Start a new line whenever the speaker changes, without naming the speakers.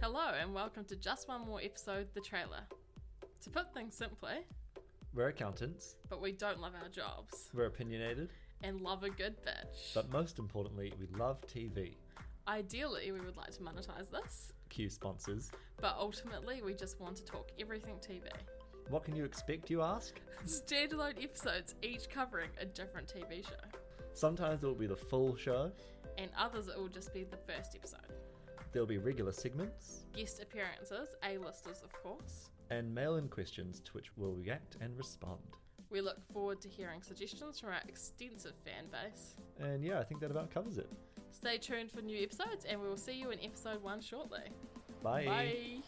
Hello, and welcome to just one more episode, The Trailer. To put things simply,
We're accountants,
but we don't love our jobs
we're opinionated,
and love a good bitch.
but most importantly, we love TV.
Ideally, we would like to monetize this,
Q sponsors.
but ultimately, we just want to talk everything TV.
What can you expect, you ask?
Standalone episodes, each covering a different TV show,
Sometimes it will be the full show,
and others it will just be the first episode.
there'll be regular segments,
Guest appearances, A-listers, of course.
and mail in questions to which we'll react and respond.
We look forward to hearing suggestions from our extensive fan base.
And yeah, I think that about covers it.
Stay tuned for new episodes, and we will see you in episode one shortly. Bye.